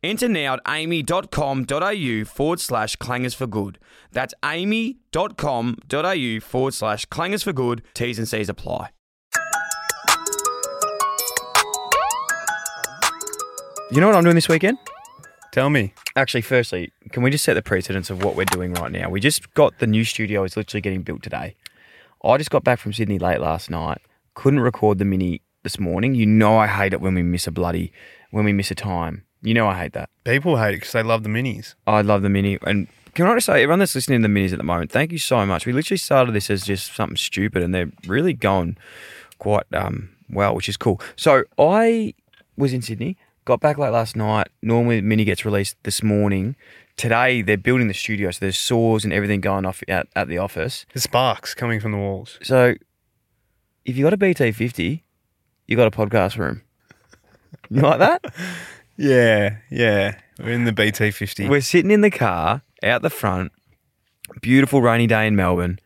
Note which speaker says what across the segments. Speaker 1: Enter now at amy.com.au forward slash clangers for good. That's amy.com.au forward slash clangers for good. T's and C's apply. You know what I'm doing this weekend?
Speaker 2: Tell me.
Speaker 1: Actually, firstly, can we just set the precedence of what we're doing right now? We just got the new studio, it's literally getting built today. I just got back from Sydney late last night, couldn't record the mini this morning. You know I hate it when we miss a bloody, when we miss a time. You know I hate that.
Speaker 2: People hate it because they love the minis.
Speaker 1: I love the mini. And can I just say, everyone that's listening to the minis at the moment, thank you so much. We literally started this as just something stupid, and they're really going quite um, well, which is cool. So I was in Sydney, got back late last night. Normally, the mini gets released this morning. Today, they're building the studio, so there's saws and everything going off at, at the office.
Speaker 2: The sparks coming from the walls.
Speaker 1: So if you got a BT50, you got a podcast room. You like that?
Speaker 2: Yeah, yeah. We're in the BT50.
Speaker 1: We're sitting in the car out the front, beautiful rainy day in Melbourne,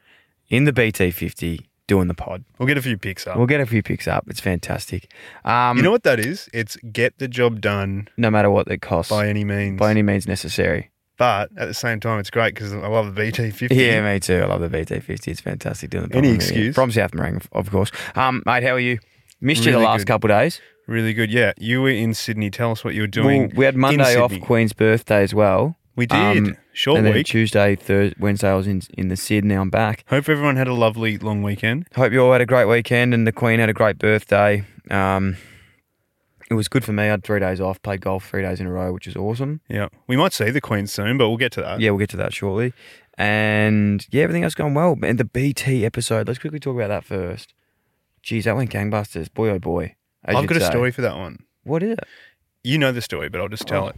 Speaker 1: in the BT50, doing the pod.
Speaker 2: We'll get a few pics up.
Speaker 1: We'll get a few pics up. It's fantastic. Um,
Speaker 2: you know what that is? It's get the job done
Speaker 1: no matter what it costs,
Speaker 2: by
Speaker 1: by,
Speaker 2: any means.
Speaker 1: any means necessary.
Speaker 2: but at the same time, it's great because I love a BT50.
Speaker 1: Yeah, me too. I love the BT50. It's fantastic doing the pod.
Speaker 2: Any
Speaker 1: with me.
Speaker 2: excuse.
Speaker 1: From South Morang, of course. Um, mate, how are you? Missed you the
Speaker 2: Really
Speaker 1: last
Speaker 2: good.
Speaker 1: couple of days.
Speaker 2: Really good. Yeah, you were in Sydney. Tell us what you were
Speaker 1: Well,
Speaker 2: doing.
Speaker 1: we had
Speaker 2: in
Speaker 1: Monday off,
Speaker 2: Sydney.
Speaker 1: Queen's birthday as well.
Speaker 2: We did.
Speaker 1: Um,
Speaker 2: Short
Speaker 1: and then
Speaker 2: week.
Speaker 1: Tuesday, Thursday, Wednesday, I was in, in the Sid. Now I'm back.
Speaker 2: Hope everyone had a lovely long weekend.
Speaker 1: Hope you all had a great weekend and the Queen had a great birthday. Um, it was good for me. I had three days off, played golf three days in a row, which is awesome.
Speaker 2: Yeah. We might see the Queen soon, but we'll get to that.
Speaker 1: Yeah, we'll get to that shortly. And yeah, everything else going well. And the BT episode, let's quickly talk about that first. Geez, that went gangbusters. Boy, oh boy. as
Speaker 2: I've
Speaker 1: you'd
Speaker 2: got a
Speaker 1: say.
Speaker 2: story for that one.
Speaker 1: What is it?
Speaker 2: you know the story, but I'll just tell it.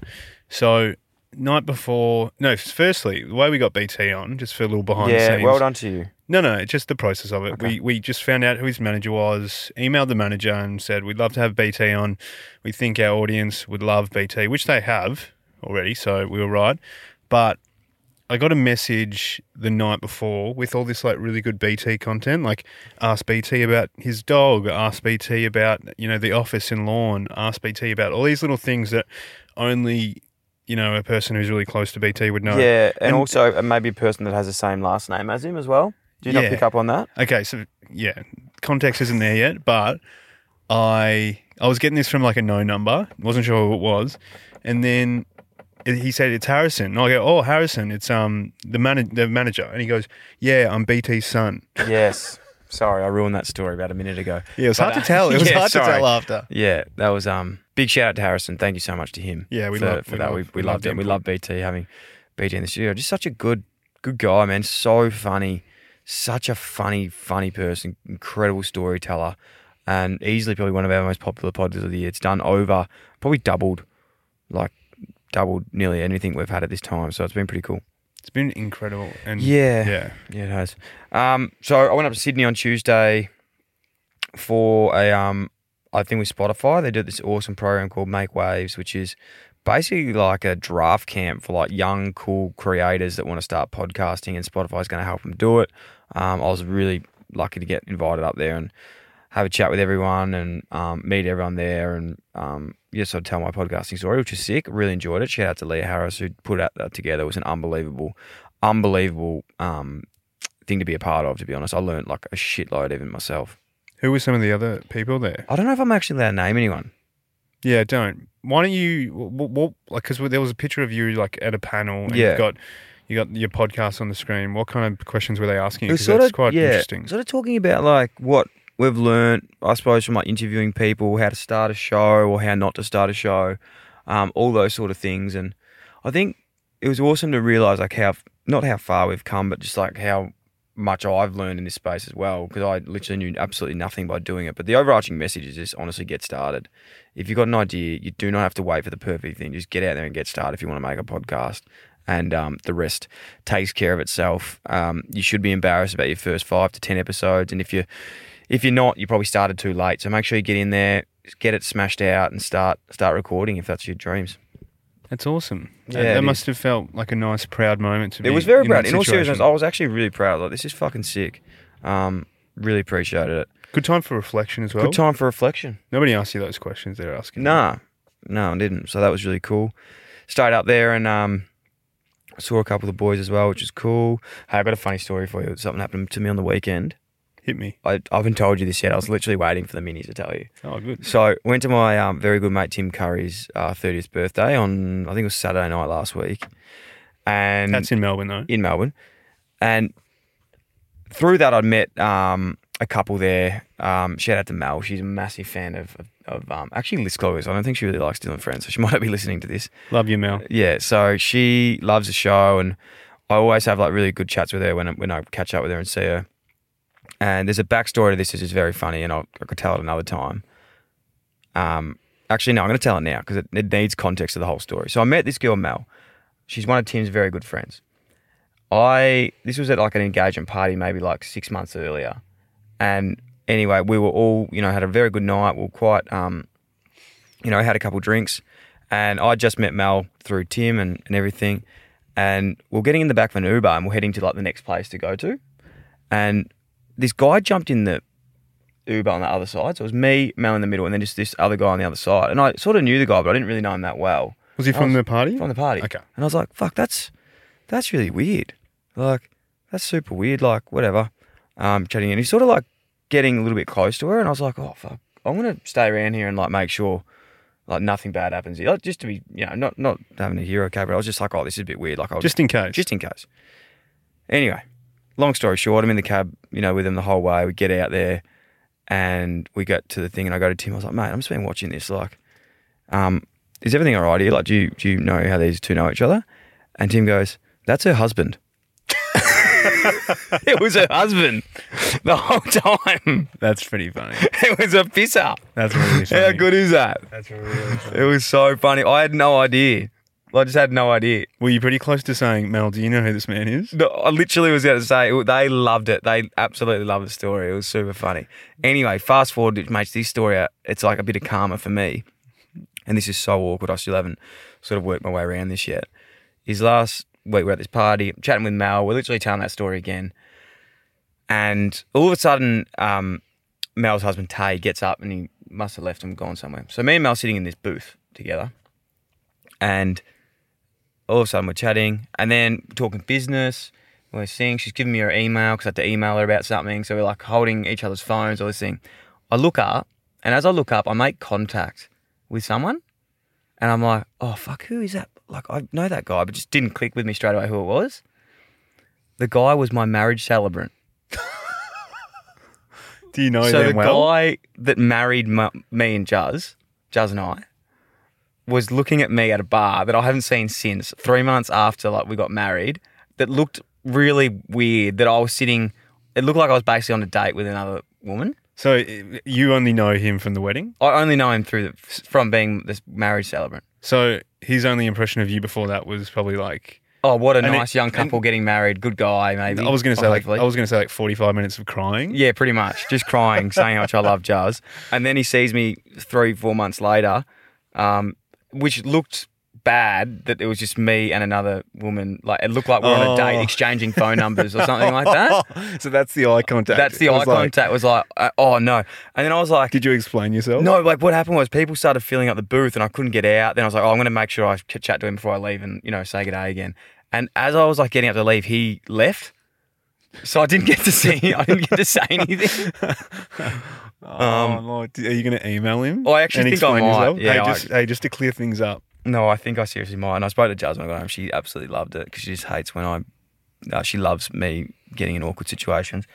Speaker 2: So, night before, no, firstly, the way we got BT on, just for a little behind the scenes.
Speaker 1: done to you.
Speaker 2: No, no, it's just the process of it.
Speaker 1: Okay.
Speaker 2: We we just found out who his manager was, emailed the manager and said, We'd love to have BT on. We think our audience would love BT, which they have already, so we were right. But I got a message the night before with all this like really good BT content, like ask BT about his dog, ask BT about, you know, the office in lawn, ask BT about all these little things that only, you know, a person who's really close to BT would know.
Speaker 1: Yeah, and,
Speaker 2: And-
Speaker 1: also uh, maybe a person that has the same last name as him as well. Do
Speaker 2: you not Yeah. pick up
Speaker 1: on that?
Speaker 2: Okay, so yeah, context isn't there yet, but I I was getting this from like a no number, wasn't sure who it was, and then it- he said it's Harrison. And I go, oh Harrison, it's um the man the manager, and he goes, yeah, I'm BT's son.
Speaker 1: Yes. Sorry, I ruined that story about a minute ago.
Speaker 2: Yeah, it was hard
Speaker 1: But,
Speaker 2: to
Speaker 1: uh,
Speaker 2: tell. It was
Speaker 1: yeah,
Speaker 2: hard to
Speaker 1: sorry.
Speaker 2: tell after.
Speaker 1: Yeah, that was um big shout out to Harrison. Thank you so much to him.
Speaker 2: Yeah, we
Speaker 1: for,
Speaker 2: love-
Speaker 1: for
Speaker 2: we
Speaker 1: that.
Speaker 2: love-
Speaker 1: we, we,
Speaker 2: we love
Speaker 1: loved
Speaker 2: the
Speaker 1: it. We
Speaker 2: input.
Speaker 1: love BT having BT in the studio. Just such a good good guy, man. So funny, such a funny funny person, incredible storyteller, and easily probably one of our most popular pods of the year. It's done over probably doubled, like doubled nearly anything we've had at this time. So it's been pretty cool.
Speaker 2: It's been incredible, and
Speaker 1: Yeah.
Speaker 2: Mm. yeah,
Speaker 1: Yeah, it has. Um, so I went up to Sydney on Tuesday for a um, I think with Spotify they do this awesome program called Make Waves, which is basically like a draft camp for like young cool creators that want to start podcasting, and Spotify's going to help them do it. Um, I was really lucky to get invited up there and have a chat with everyone and um, meet everyone there. And um, yes, I'd tell my podcasting story, which is sick. Really enjoyed it. Shout out to Leah Harris who put out that together. It was an unbelievable, unbelievable um, thing to be a part of. To be honest, I learned like a shitload even myself.
Speaker 2: Who were some of the other people there?
Speaker 1: I don't know if I'm actually allowed to name anyone.
Speaker 2: Yeah, don't. Why don't you? What, what, like, because there was a picture of you like at a panel. And
Speaker 1: Yeah.
Speaker 2: You've got you got your podcast on the screen. What kind of questions were they asking?
Speaker 1: It
Speaker 2: you?
Speaker 1: was
Speaker 2: 'Cause
Speaker 1: sort
Speaker 2: that's
Speaker 1: of
Speaker 2: quite
Speaker 1: yeah,
Speaker 2: interesting.
Speaker 1: sort of talking about like what we've learned, I suppose, from like interviewing people, how to start a show or how not to start a show, um, all those sort of things. And I think it was awesome to realize like how not how far we've come, but just like how much I've learned in this space as well. Because I literally knew absolutely nothing by doing it. But the overarching message is just honestly get started. If you've got an idea, you do not have to wait for the perfect thing. Just get out there and get started if you want to make a podcast. and um, the rest takes care of itself. Um, you should be embarrassed about your first five to ten episodes, and if you if you're not, you probably started too late. So make sure you get in there, get it smashed out, and start start recording if that's your dreams.
Speaker 2: That's awesome.
Speaker 1: Yeah,
Speaker 2: Yeah, that,
Speaker 1: it
Speaker 2: must have felt like a nice, proud moment to be.
Speaker 1: It was very
Speaker 2: in
Speaker 1: proud.
Speaker 2: that
Speaker 1: In all
Speaker 2: situation.
Speaker 1: seriousness, I was actually really proud. Like this is fucking sick. Um, really appreciated it.
Speaker 2: good time for reflection as well.
Speaker 1: Good time for reflection.
Speaker 2: Nobody asked you those questions they're asking.
Speaker 1: Nah, no, I didn't. So that was really cool. Stayed up there and um, saw a couple of the boys as well, which is cool. Hey, I've got a funny story for you. Something happened to me on the weekend.
Speaker 2: hit me.
Speaker 1: I, I haven't told you this yet. I was literally waiting for the minis to tell you.
Speaker 2: Oh, good.
Speaker 1: So went to my um, very good mate Tim Curry's uh, thirtieth birthday on I think it was Saturday night last week, and
Speaker 2: That's in Melbourne though.
Speaker 1: in Melbourne. And through that, I'd met um, a couple there. Um, shout out to Mel. She's a massive fan of, of, of um, actually Liz Clovers. I don't think she really likes Dylan Friends, so she might not be listening to this.
Speaker 2: Love you, Mel.
Speaker 1: Yeah, so she loves the show, and I always have like really good chats with her when I, when I catch up with her and see her. And there's a backstory to this which is very funny, and I'll, I could tell it another time. Um, actually, no, I'm going to tell it now because it, it needs context to the whole story. So I met this girl, Mel. She's one of Tim's very good friends. I this was at like an engagement party, maybe like six months earlier, and anyway, we were all you know had a very good night. We were quite um, you know, had a couple drinks, and I just met Mel through Tim and, and everything. And we're getting in the back of an Uber and we're heading to like the next place to go to. And this guy jumped in the Uber on the other side. So it was me, Mel in the middle, and then just this other guy on the other side. And I sort of knew the guy, but I didn't really know him that well
Speaker 2: Was he
Speaker 1: I
Speaker 2: from
Speaker 1: was-
Speaker 2: the party?
Speaker 1: from the party.
Speaker 2: Okay.
Speaker 1: And I was like, fuck, that's that's really weird. Like, that's super weird. Like, whatever. Um, chatting and he's sort of like getting a little bit close to her, and I was like, oh fuck, I'm gonna stay around here and like make sure like nothing bad happens here, like, just to be you know not not having a hero cap. But I was just like, oh, this is a bit weird. Like, I'll
Speaker 2: Just in case.
Speaker 1: just in case. Anyway, long story short, I'm in the cab, you know, with him the whole way. We get out there and we get to the thing, and I go to Tim. I was like, mate, I'm just been watching this. Like, um, is everything all right here? Like, do you, do you know how these two know each other? And Tim goes, that's her husband. it was her husband the whole time.
Speaker 2: That's pretty funny.
Speaker 1: It was a piss up.
Speaker 2: That's really funny.
Speaker 1: How good is that?
Speaker 2: That's really funny.
Speaker 1: It was so funny. I had no idea. I just had no idea.
Speaker 2: Were you pretty close to saying, Mel, do you know who this man is?
Speaker 1: No, I literally was going to say it- they loved it. They absolutely loved the story. It was super funny. Anyway, fast forward, it makes this story out. It's like a bit of karma for me, and this is so awkward. I still haven't sort of worked my way around this yet. Is last week we're at this party, chatting with Mel. We're literally telling that story again, and all of a sudden, um, Mel's husband Tay gets up and he must have left and gone somewhere. So me and Mel are sitting in this booth together, and all of a sudden we're chatting and then talking business. We're seeing she's giving me her email because I had to email her about something. So we're like holding each other's phones, all this thing. I look up, and as I look up, I make contact with someone, and I'm like, oh fuck, who is that? Like I know that guy, but just didn't click with me straight away who it was. The guy was my marriage celebrant.
Speaker 2: Do you know
Speaker 1: so
Speaker 2: them
Speaker 1: the
Speaker 2: Oh, well?
Speaker 1: guy that married my, me and Juz, Juz and I, was looking at me at a bar that I haven't seen since three months after like we got married. That looked really weird. That I was sitting. It looked like I was basically on a date with another woman.
Speaker 2: So i- you only know him from the wedding?
Speaker 1: I only know him through the, from being this marriage celebrant.
Speaker 2: So his only impression of you before that was probably like,
Speaker 1: Oh, what a
Speaker 2: And it-
Speaker 1: nice young couple getting married. Good guy, maybe.
Speaker 2: I was going to say
Speaker 1: Oh,
Speaker 2: like,
Speaker 1: hopefully.
Speaker 2: I was going to say like 45 minutes of crying.
Speaker 1: Yeah, pretty much. Just crying, saying how much I love Jazz. And then he sees me three, four months later, um, which looked bad that it was just me and another woman. Like it looked like we were on a date
Speaker 2: Oh.
Speaker 1: exchanging phone numbers or something like that.
Speaker 2: so that's the eye contact.
Speaker 1: That's the
Speaker 2: It
Speaker 1: eye
Speaker 2: was like,
Speaker 1: contact was like, uh, oh no. And then I was like,
Speaker 2: Did you explain yourself?
Speaker 1: no, like what happened was people started filling up the booth and I couldn't get out. Then I was like, oh, I'm going to make sure I ch- chat to him before I leave and, you know, say good day again. And as I was like getting up to leave, he left. So I didn't get to see, I didn't get to say anything.
Speaker 2: Oh, Lord. Are you going to email him?
Speaker 1: Oh, I actually
Speaker 2: and
Speaker 1: think I
Speaker 2: explain
Speaker 1: might.
Speaker 2: yourself?
Speaker 1: Yeah,
Speaker 2: hey,
Speaker 1: I-
Speaker 2: just, hey, just to clear things up.
Speaker 1: No, I think I seriously might. And I spoke to Jazz when I got home. She absolutely loved it because she just hates when I. Uh, she loves me getting in awkward situations,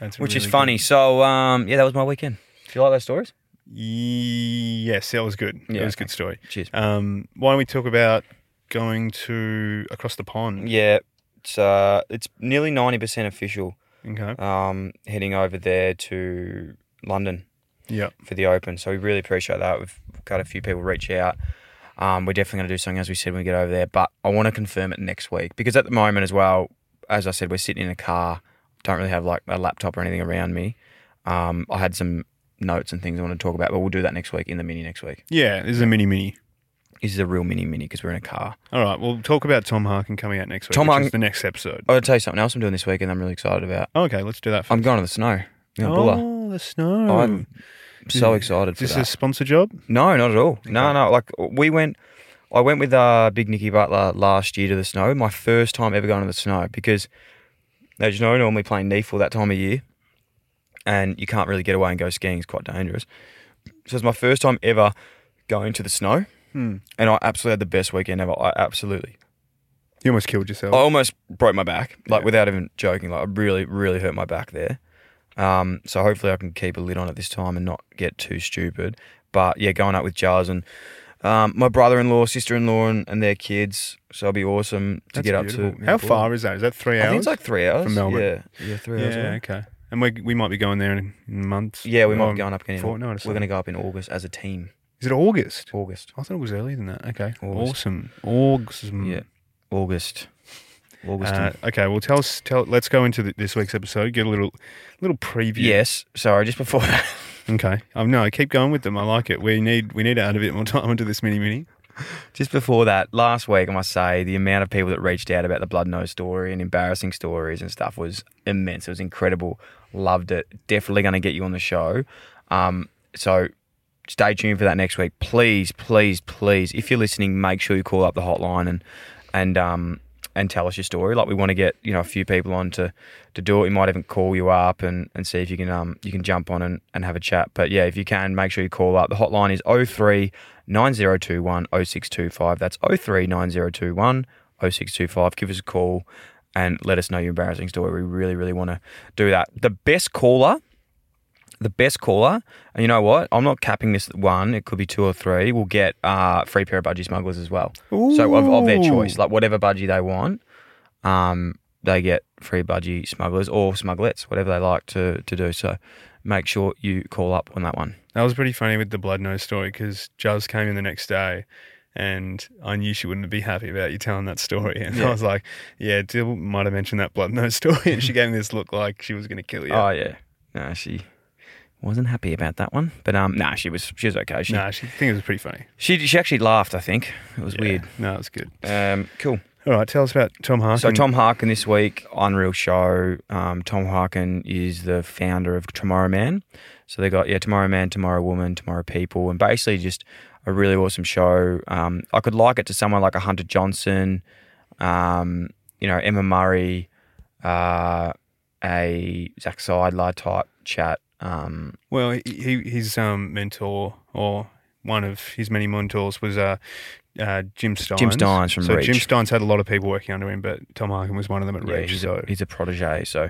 Speaker 2: That's
Speaker 1: which
Speaker 2: really
Speaker 1: is
Speaker 2: good.
Speaker 1: funny. So, um, yeah, that was my weekend. Do you like those stories?
Speaker 2: Yes, that was good.
Speaker 1: Yeah,
Speaker 2: that was a
Speaker 1: okay.
Speaker 2: good story.
Speaker 1: Cheers.
Speaker 2: Um, why don't we talk about going to across the pond?
Speaker 1: Yeah, it's uh, it's nearly ninety percent official.
Speaker 2: Okay.
Speaker 1: Um, heading over there to London
Speaker 2: Yeah.
Speaker 1: for the Open, so we really appreciate that. We've got a few people reach out. Um, we're definitely going to do something as we said when we get over there, but I want to confirm it next week because at the moment as well, as I said, we're sitting in a car. Don't really have like a laptop or anything around me. Um, I had some notes and things I want to talk about, but we'll do that next week in the mini next week.
Speaker 2: Yeah, this is a mini mini.
Speaker 1: This is a real mini mini because we're in a car.
Speaker 2: All right, we'll talk about Tom Harkin coming out next week.
Speaker 1: Tom
Speaker 2: which is
Speaker 1: Harkin-
Speaker 2: the next episode.
Speaker 1: I want to tell you something else I'm doing this weekend. I'm really excited about.
Speaker 2: Okay, let's do that. First.
Speaker 1: I'm going to the snow. You know, Bulla.
Speaker 2: oh, the snow.
Speaker 1: I'm so
Speaker 2: Is-
Speaker 1: excited for
Speaker 2: is Oh. this
Speaker 1: that.
Speaker 2: a sponsor job?
Speaker 1: No, not at all. No,
Speaker 2: Okay.
Speaker 1: no. Like we went, I went with uh, Big Nicky Butler last year to the snow. My first time ever going to the snow because, as you know, normally playing Neefle that time of year, and you can't really get away and go skiing. It's quite dangerous. So it's my first time ever going to the snow,
Speaker 2: Hmm.
Speaker 1: and I absolutely had the best weekend ever. I absolutely.
Speaker 2: You almost killed yourself.
Speaker 1: I almost broke my back, like
Speaker 2: Yeah.
Speaker 1: without even joking. Like I really, really hurt my back there. Um, so hopefully I can keep a lid on it this time and not get too stupid. But yeah, going out with Jars and um, my brother-in-law, sister-in-law, and, and their kids. So it'll be awesome to
Speaker 2: That's
Speaker 1: get up
Speaker 2: beautiful.
Speaker 1: to.
Speaker 2: How far is that? Is that three
Speaker 1: I think
Speaker 2: hours?
Speaker 1: it's like three hours
Speaker 2: From Melbourne.
Speaker 1: Yeah, yeah, three hours.
Speaker 2: yeah,
Speaker 1: away.
Speaker 2: okay. And we we might be going there in, in months.
Speaker 1: Yeah, we might
Speaker 2: Um,
Speaker 1: be going up again. in-
Speaker 2: fortnight or
Speaker 1: We're going
Speaker 2: something.
Speaker 1: to go up in August as a team.
Speaker 2: Is it August?
Speaker 1: August,
Speaker 2: I thought it was earlier than that. Okay,
Speaker 1: August.
Speaker 2: awesome. August.
Speaker 1: Yeah. August, August.
Speaker 2: Mm. Uh, okay, well, tell us. Tell. Let's go into the, this week's episode. Get a little, little preview.
Speaker 1: Yes. Sorry, just before that.
Speaker 2: Okay. Um, no, keep going with them. I like it. We need. We need to add a bit more time onto this mini mini.
Speaker 1: Just before that, last week, I must say, the amount of people that reached out about the blood nose story and embarrassing stories and stuff was immense. It was incredible. Loved it. Definitely going to get you on the show. Um, so stay tuned for that next week. Please, please, please, if you're listening, make sure you call up the hotline and and um and tell us your story. Like we want to get you know a few people on to to do it. We might even call you up and, and see if you can um you can jump on and, and have a chat. But yeah, if you can, make sure you call up. The hotline is 03 9021 0625. That's 03 9021 0625. Give us a call and let us know your embarrassing story. We really, really want to do that. The best caller the best caller, and you know what? I'm not capping this one. It could be two or three. We'll get uh, free pair of budgie smugglers as well. So of, of their
Speaker 2: Ooh.
Speaker 1: choice, like whatever budgie they want, um, they get free budgie smugglers or smugglets, whatever they like to to do. So make sure you call up on that one.
Speaker 2: That was pretty funny with the blood nose story because Juz came in the next day. And I knew she wouldn't be happy about you telling that story. And
Speaker 1: Yeah.
Speaker 2: I was like, yeah, Dill might have mentioned that blood nose story. And she gave me this look like she was going to kill you.
Speaker 1: Oh yeah, no, she wasn't happy about that one, but um, nah, she was she was okay. She
Speaker 2: nah, she I think it was pretty funny.
Speaker 1: she, she actually laughed. I think it was
Speaker 2: Yeah.
Speaker 1: weird.
Speaker 2: No, it was good.
Speaker 1: Um, cool.
Speaker 2: All right, tell us about Tom Harkin.
Speaker 1: So Tom Harkin this week, Unreal Show. Um, Tom Harkin is the founder of Tomorrow Man. So they got yeah, Tomorrow Man, Tomorrow Woman, Tomorrow People, and basically just a really awesome show. Um, I could like it to someone like a Hunter Johnson, um, you know, Emma Murray, uh, a Zach Seidler type chat. Um,
Speaker 2: Well, he, he his um, mentor or one of his many mentors was uh, uh, Jim Stein.
Speaker 1: Jim Steins from
Speaker 2: So Jim
Speaker 1: Reach.
Speaker 2: Stein's had a lot of people working under him, but Tom Harkin was one of them at
Speaker 1: Yeah,
Speaker 2: Reach.
Speaker 1: he's,
Speaker 2: so
Speaker 1: a, he's a protege, so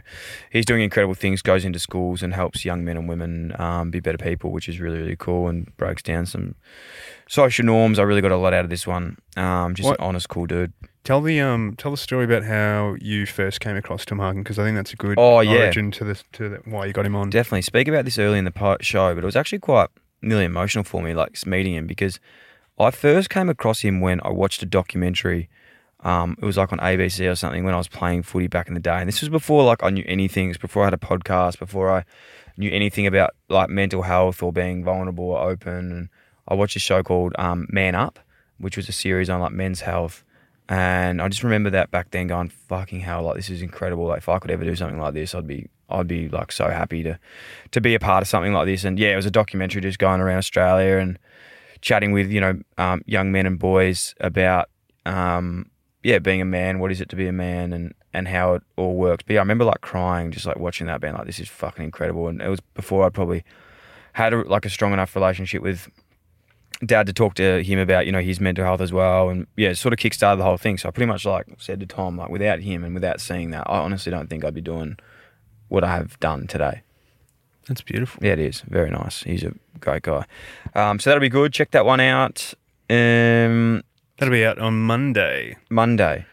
Speaker 1: he's doing incredible things. Goes into schools and helps young men and women um, be better people, which is really really cool. And breaks down some social norms. I really got a lot out of this one. Um, just
Speaker 2: What-
Speaker 1: an honest, cool dude.
Speaker 2: tell the um tell the story about how you first came across Tom Harkin because I think that's a good
Speaker 1: Oh, yeah.
Speaker 2: origin to the to the, why you got him on.
Speaker 1: Definitely speak about this early in the po- show, but it was actually quite nearly emotional for me, like meeting him because I first came across him when I watched a documentary. Um, it was like on ABC or something when I was playing footy back in the day, and this was before like I knew anything. It was before I had a podcast, before I knew anything about like mental health or being vulnerable or open. And I watched a show called um, Man Up, which was a series on like men's health. And I just remember that back then, going fucking hell, like this is incredible. Like if I could ever do something like this, I'd be, I'd be like so happy to, to be a part of something like this. And yeah, it was a documentary just going around Australia and chatting with you know um, young men and boys about um, yeah being a man, what is it to be a man, and and how it all works. But yeah, I remember like crying just like watching that band, like this is fucking incredible. And it was before I probably had a, like a strong enough relationship with dad to talk to him about you know his mental health as well and yeah it sort of kickstarted the whole thing so i pretty much like said to tom like without him and without seeing that i honestly don't think i'd be doing what i have done today
Speaker 2: That's beautiful.
Speaker 1: yeah, it is. Very nice. He's a great guy. Um, so that'll be good. Check that one out. Um,
Speaker 2: That'll be out on Monday.
Speaker 1: Monday.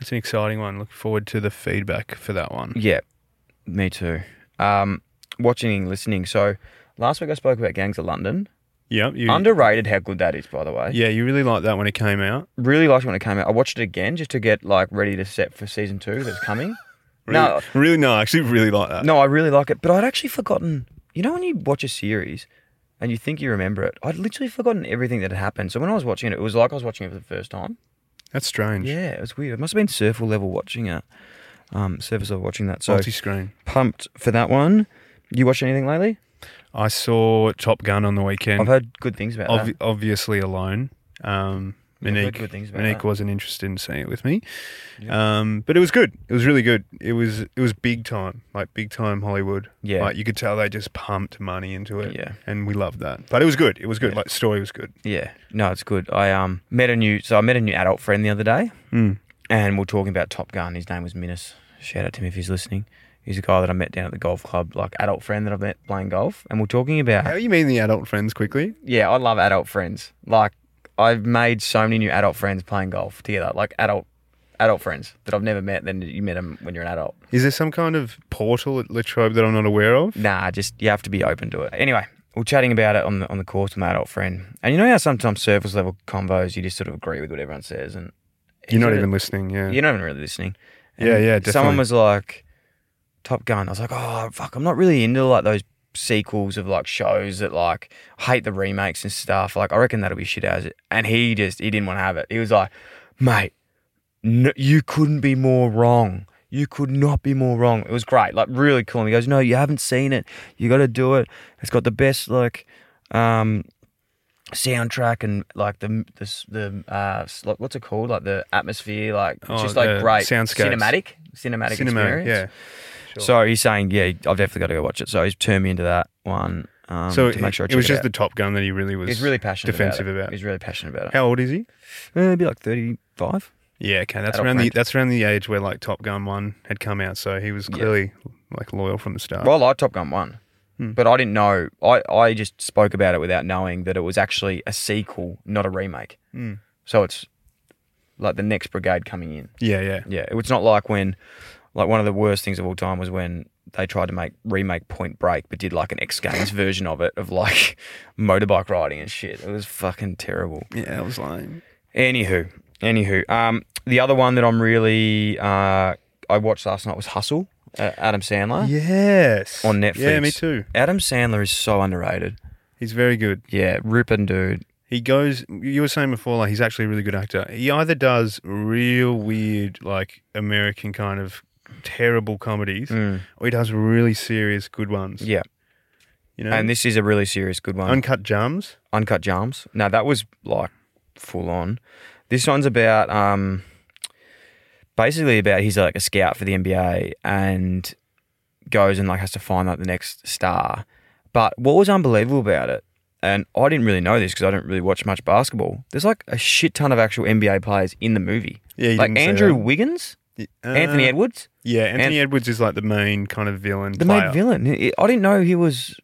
Speaker 2: That's an exciting one. Look forward to the feedback for that one.
Speaker 1: Yeah, me too. Um, watching and listening. So last week I spoke about Gangs of London.
Speaker 2: Yeah. You,
Speaker 1: Underrated how good that is, by the way.
Speaker 2: Mm. yeah, you really liked that when it came out.
Speaker 1: Really liked it when it came out. I watched it again just to get like ready to set for season two that's coming.
Speaker 2: Really,
Speaker 1: No.
Speaker 2: Really, no, I actually really like that.
Speaker 1: No, I really like it, but I'd actually forgotten. You know, when you watch a series and you think you remember it, I'd literally forgotten everything that had happened. So when I was watching it, it was like I was watching it for the first time.
Speaker 2: That's strange.
Speaker 1: Yeah, it was weird. It must have been surfer level watching it. Um, surface level watching that. So
Speaker 2: Multi screen.
Speaker 1: pumped for that one. You watch anything lately?
Speaker 2: I saw Top Gun on the weekend.
Speaker 1: I've heard good things about
Speaker 2: obvi-
Speaker 1: that.
Speaker 2: obviously alone. Um,
Speaker 1: Yeah, I've heard
Speaker 2: Monique,
Speaker 1: good things about
Speaker 2: Monique
Speaker 1: that.
Speaker 2: wasn't interested in seeing it with me, um, but it was good. It was really good. It was it was big time, like big time Hollywood.
Speaker 1: Yeah.
Speaker 2: like you could tell they just pumped money into it.
Speaker 1: Yeah.
Speaker 2: and we loved that. But it was good. It was good. Like story was good.
Speaker 1: Yeah, no, it's good. I um met a new so I met a new adult friend the other day,
Speaker 2: Mm.
Speaker 1: and we we're talking about Top Gun. His name was Minus. Shout out to him if he's listening. He's a guy that I met down at the golf club, like adult friend that I've met playing golf, and we're talking about
Speaker 2: How you mean the adult friends quickly?
Speaker 1: yeah, I love adult friends. Like I've made so many new adult friends playing golf together, like adult adult friends that I've never met. Then you met them when you're an adult.
Speaker 2: Is there some kind of portal at Latrobe that I'm not aware of?
Speaker 1: Nah, just you have to be open to it. Anyway, we're chatting about it on the on the course with my adult friend, and you know how sometimes surface level convos you just sort of agree with what everyone says, and
Speaker 2: You're not
Speaker 1: sort of-
Speaker 2: even listening. Yeah,
Speaker 1: You're not even really listening.
Speaker 2: Yeah, yeah,
Speaker 1: Someone
Speaker 2: definitely.
Speaker 1: was like, Top Gun. I was like, oh, fuck, I'm not really into like those sequels of like shows that like hate the remakes and stuff. Like, I reckon that'll be shit as it. And he just, he didn't want to have it. He was like, mate, no, you couldn't be more wrong. You could not be more wrong. It was great, like really cool. And he goes, no, you haven't seen it. You got to do it. It's got the best like um soundtrack and like the the s- the uh s- like, what's it called like the atmosphere like it's
Speaker 2: Oh,
Speaker 1: just like
Speaker 2: the
Speaker 1: great
Speaker 2: soundscapes.
Speaker 1: cinematic cinematic
Speaker 2: cinematic.
Speaker 1: experience.
Speaker 2: Yeah.
Speaker 1: So he's saying, yeah, I've definitely got to go watch it. So he's turned me into that one. Um,
Speaker 2: So
Speaker 1: to make sure I
Speaker 2: it,
Speaker 1: check
Speaker 2: was just
Speaker 1: out.
Speaker 2: the Top Gun that he really was.
Speaker 1: he's really passionate
Speaker 2: defensive
Speaker 1: about it.
Speaker 2: about.
Speaker 1: He's really passionate about it.
Speaker 2: How old is he?
Speaker 1: Eh, Maybe like thirty five.
Speaker 2: Yeah, okay. That's
Speaker 1: Adult
Speaker 2: around the
Speaker 1: friend.
Speaker 2: that's around the age where like Top Gun one had come out, so he was clearly like loyal from the start.
Speaker 1: Well, I liked Top Gun one,
Speaker 2: Hmm.
Speaker 1: but I didn't know. I I just spoke about it without knowing that it was actually a sequel, not a remake.
Speaker 2: Mm.
Speaker 1: So it's like the next brigade coming in.
Speaker 2: yeah, yeah.
Speaker 1: Yeah, it's not like when, like one of the worst things of all time was when they tried to make remake Point Break, but did like an X Games version of it of like motorbike riding and shit. It was fucking terrible.
Speaker 2: Yeah, it was lame.
Speaker 1: Anywho, anywho, um, the other one that I'm really uh, I watched last night was Hustle, uh, Adam Sandler
Speaker 2: Yes.
Speaker 1: on Netflix.
Speaker 2: Yeah, me too.
Speaker 1: Adam Sandler is so underrated.
Speaker 2: He's very good.
Speaker 1: Yeah, ripping dude.
Speaker 2: He goes you were saying before, like he's actually a really good actor. He either does real weird, like American kind of terrible comedies, or he does really serious good ones.
Speaker 1: Hmm. Yeah,
Speaker 2: You know?
Speaker 1: and this is a really serious good one.
Speaker 2: Uncut Jams.
Speaker 1: Uncut Jams. Now that was like full on. This one's about um basically about he's like a scout for the NBA and goes and like has to find like the next star. But what was unbelievable about it, and I didn't really know this because I don't really watch much basketball. There's like a shit ton of actual NBA players in the movie.
Speaker 2: Yeah, you
Speaker 1: like
Speaker 2: didn't say
Speaker 1: Andrew
Speaker 2: that.
Speaker 1: Wiggins,
Speaker 2: Uh,
Speaker 1: Anthony Edwards,
Speaker 2: Yeah, Anthony Edwards is like the main kind of villain.
Speaker 1: the
Speaker 2: player.
Speaker 1: main villain. I I didn't know he was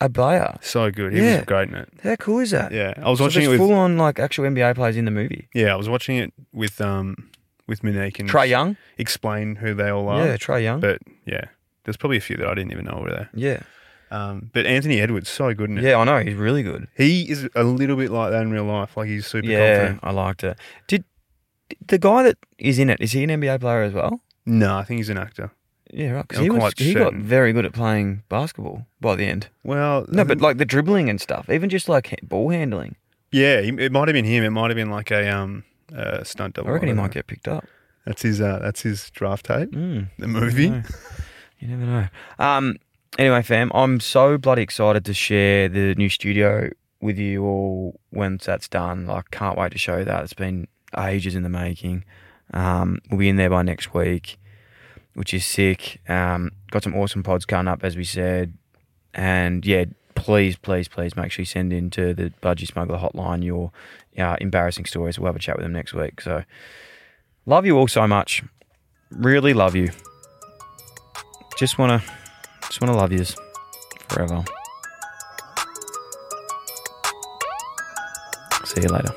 Speaker 1: a player.
Speaker 2: So good. He
Speaker 1: Yeah.
Speaker 2: was great in it.
Speaker 1: How cool is that?
Speaker 2: Yeah. I was
Speaker 1: So
Speaker 2: watching
Speaker 1: there's
Speaker 2: it with
Speaker 1: full on like actual NBA players in the movie.
Speaker 2: Yeah, I was watching it with um with Monique and
Speaker 1: Trey Young.
Speaker 2: explain who they all are.
Speaker 1: Yeah, Trey Young.
Speaker 2: But yeah, there's probably a few that I didn't even know were there.
Speaker 1: yeah.
Speaker 2: Um, but Anthony Edwards, so good in it.
Speaker 1: Yeah, I know. He's really good.
Speaker 2: He is a little bit like that in real life. Like he's super
Speaker 1: yeah,
Speaker 2: confident.
Speaker 1: I liked it. Did, did the guy that is in it, is he an NBA player as well?
Speaker 2: No, I think he's an actor.
Speaker 1: Yeah, right. 'cause
Speaker 2: I'm
Speaker 1: he, was,
Speaker 2: quite
Speaker 1: he got
Speaker 2: certain.
Speaker 1: very good at playing basketball by the end.
Speaker 2: Well,
Speaker 1: No,
Speaker 2: I
Speaker 1: but
Speaker 2: think-
Speaker 1: like the dribbling and stuff, even just like ha- ball handling.
Speaker 2: yeah, he- it might have been him. It might have been like a um uh, stunt double.
Speaker 1: I reckon he
Speaker 2: don't
Speaker 1: might
Speaker 2: know.
Speaker 1: get picked up.
Speaker 2: That's his. Uh, that's his draft tape.
Speaker 1: Mm,
Speaker 2: The movie.
Speaker 1: know. you never know. Um. Anyway, fam, I'm so bloody excited to share the new studio with you all once that's done. Like, can't wait to show that. It's been ages in the making. Um, we'll be in there by next week, which is sick. Um, got some awesome pods coming up, as we said. And yeah, please, please, please make sure you send in to the Budgie Smuggler hotline your uh, embarrassing stories. We'll have a chat with them next week. So, love you all so much. Really love you. Just wanna, just wanna love yous forever. See you later.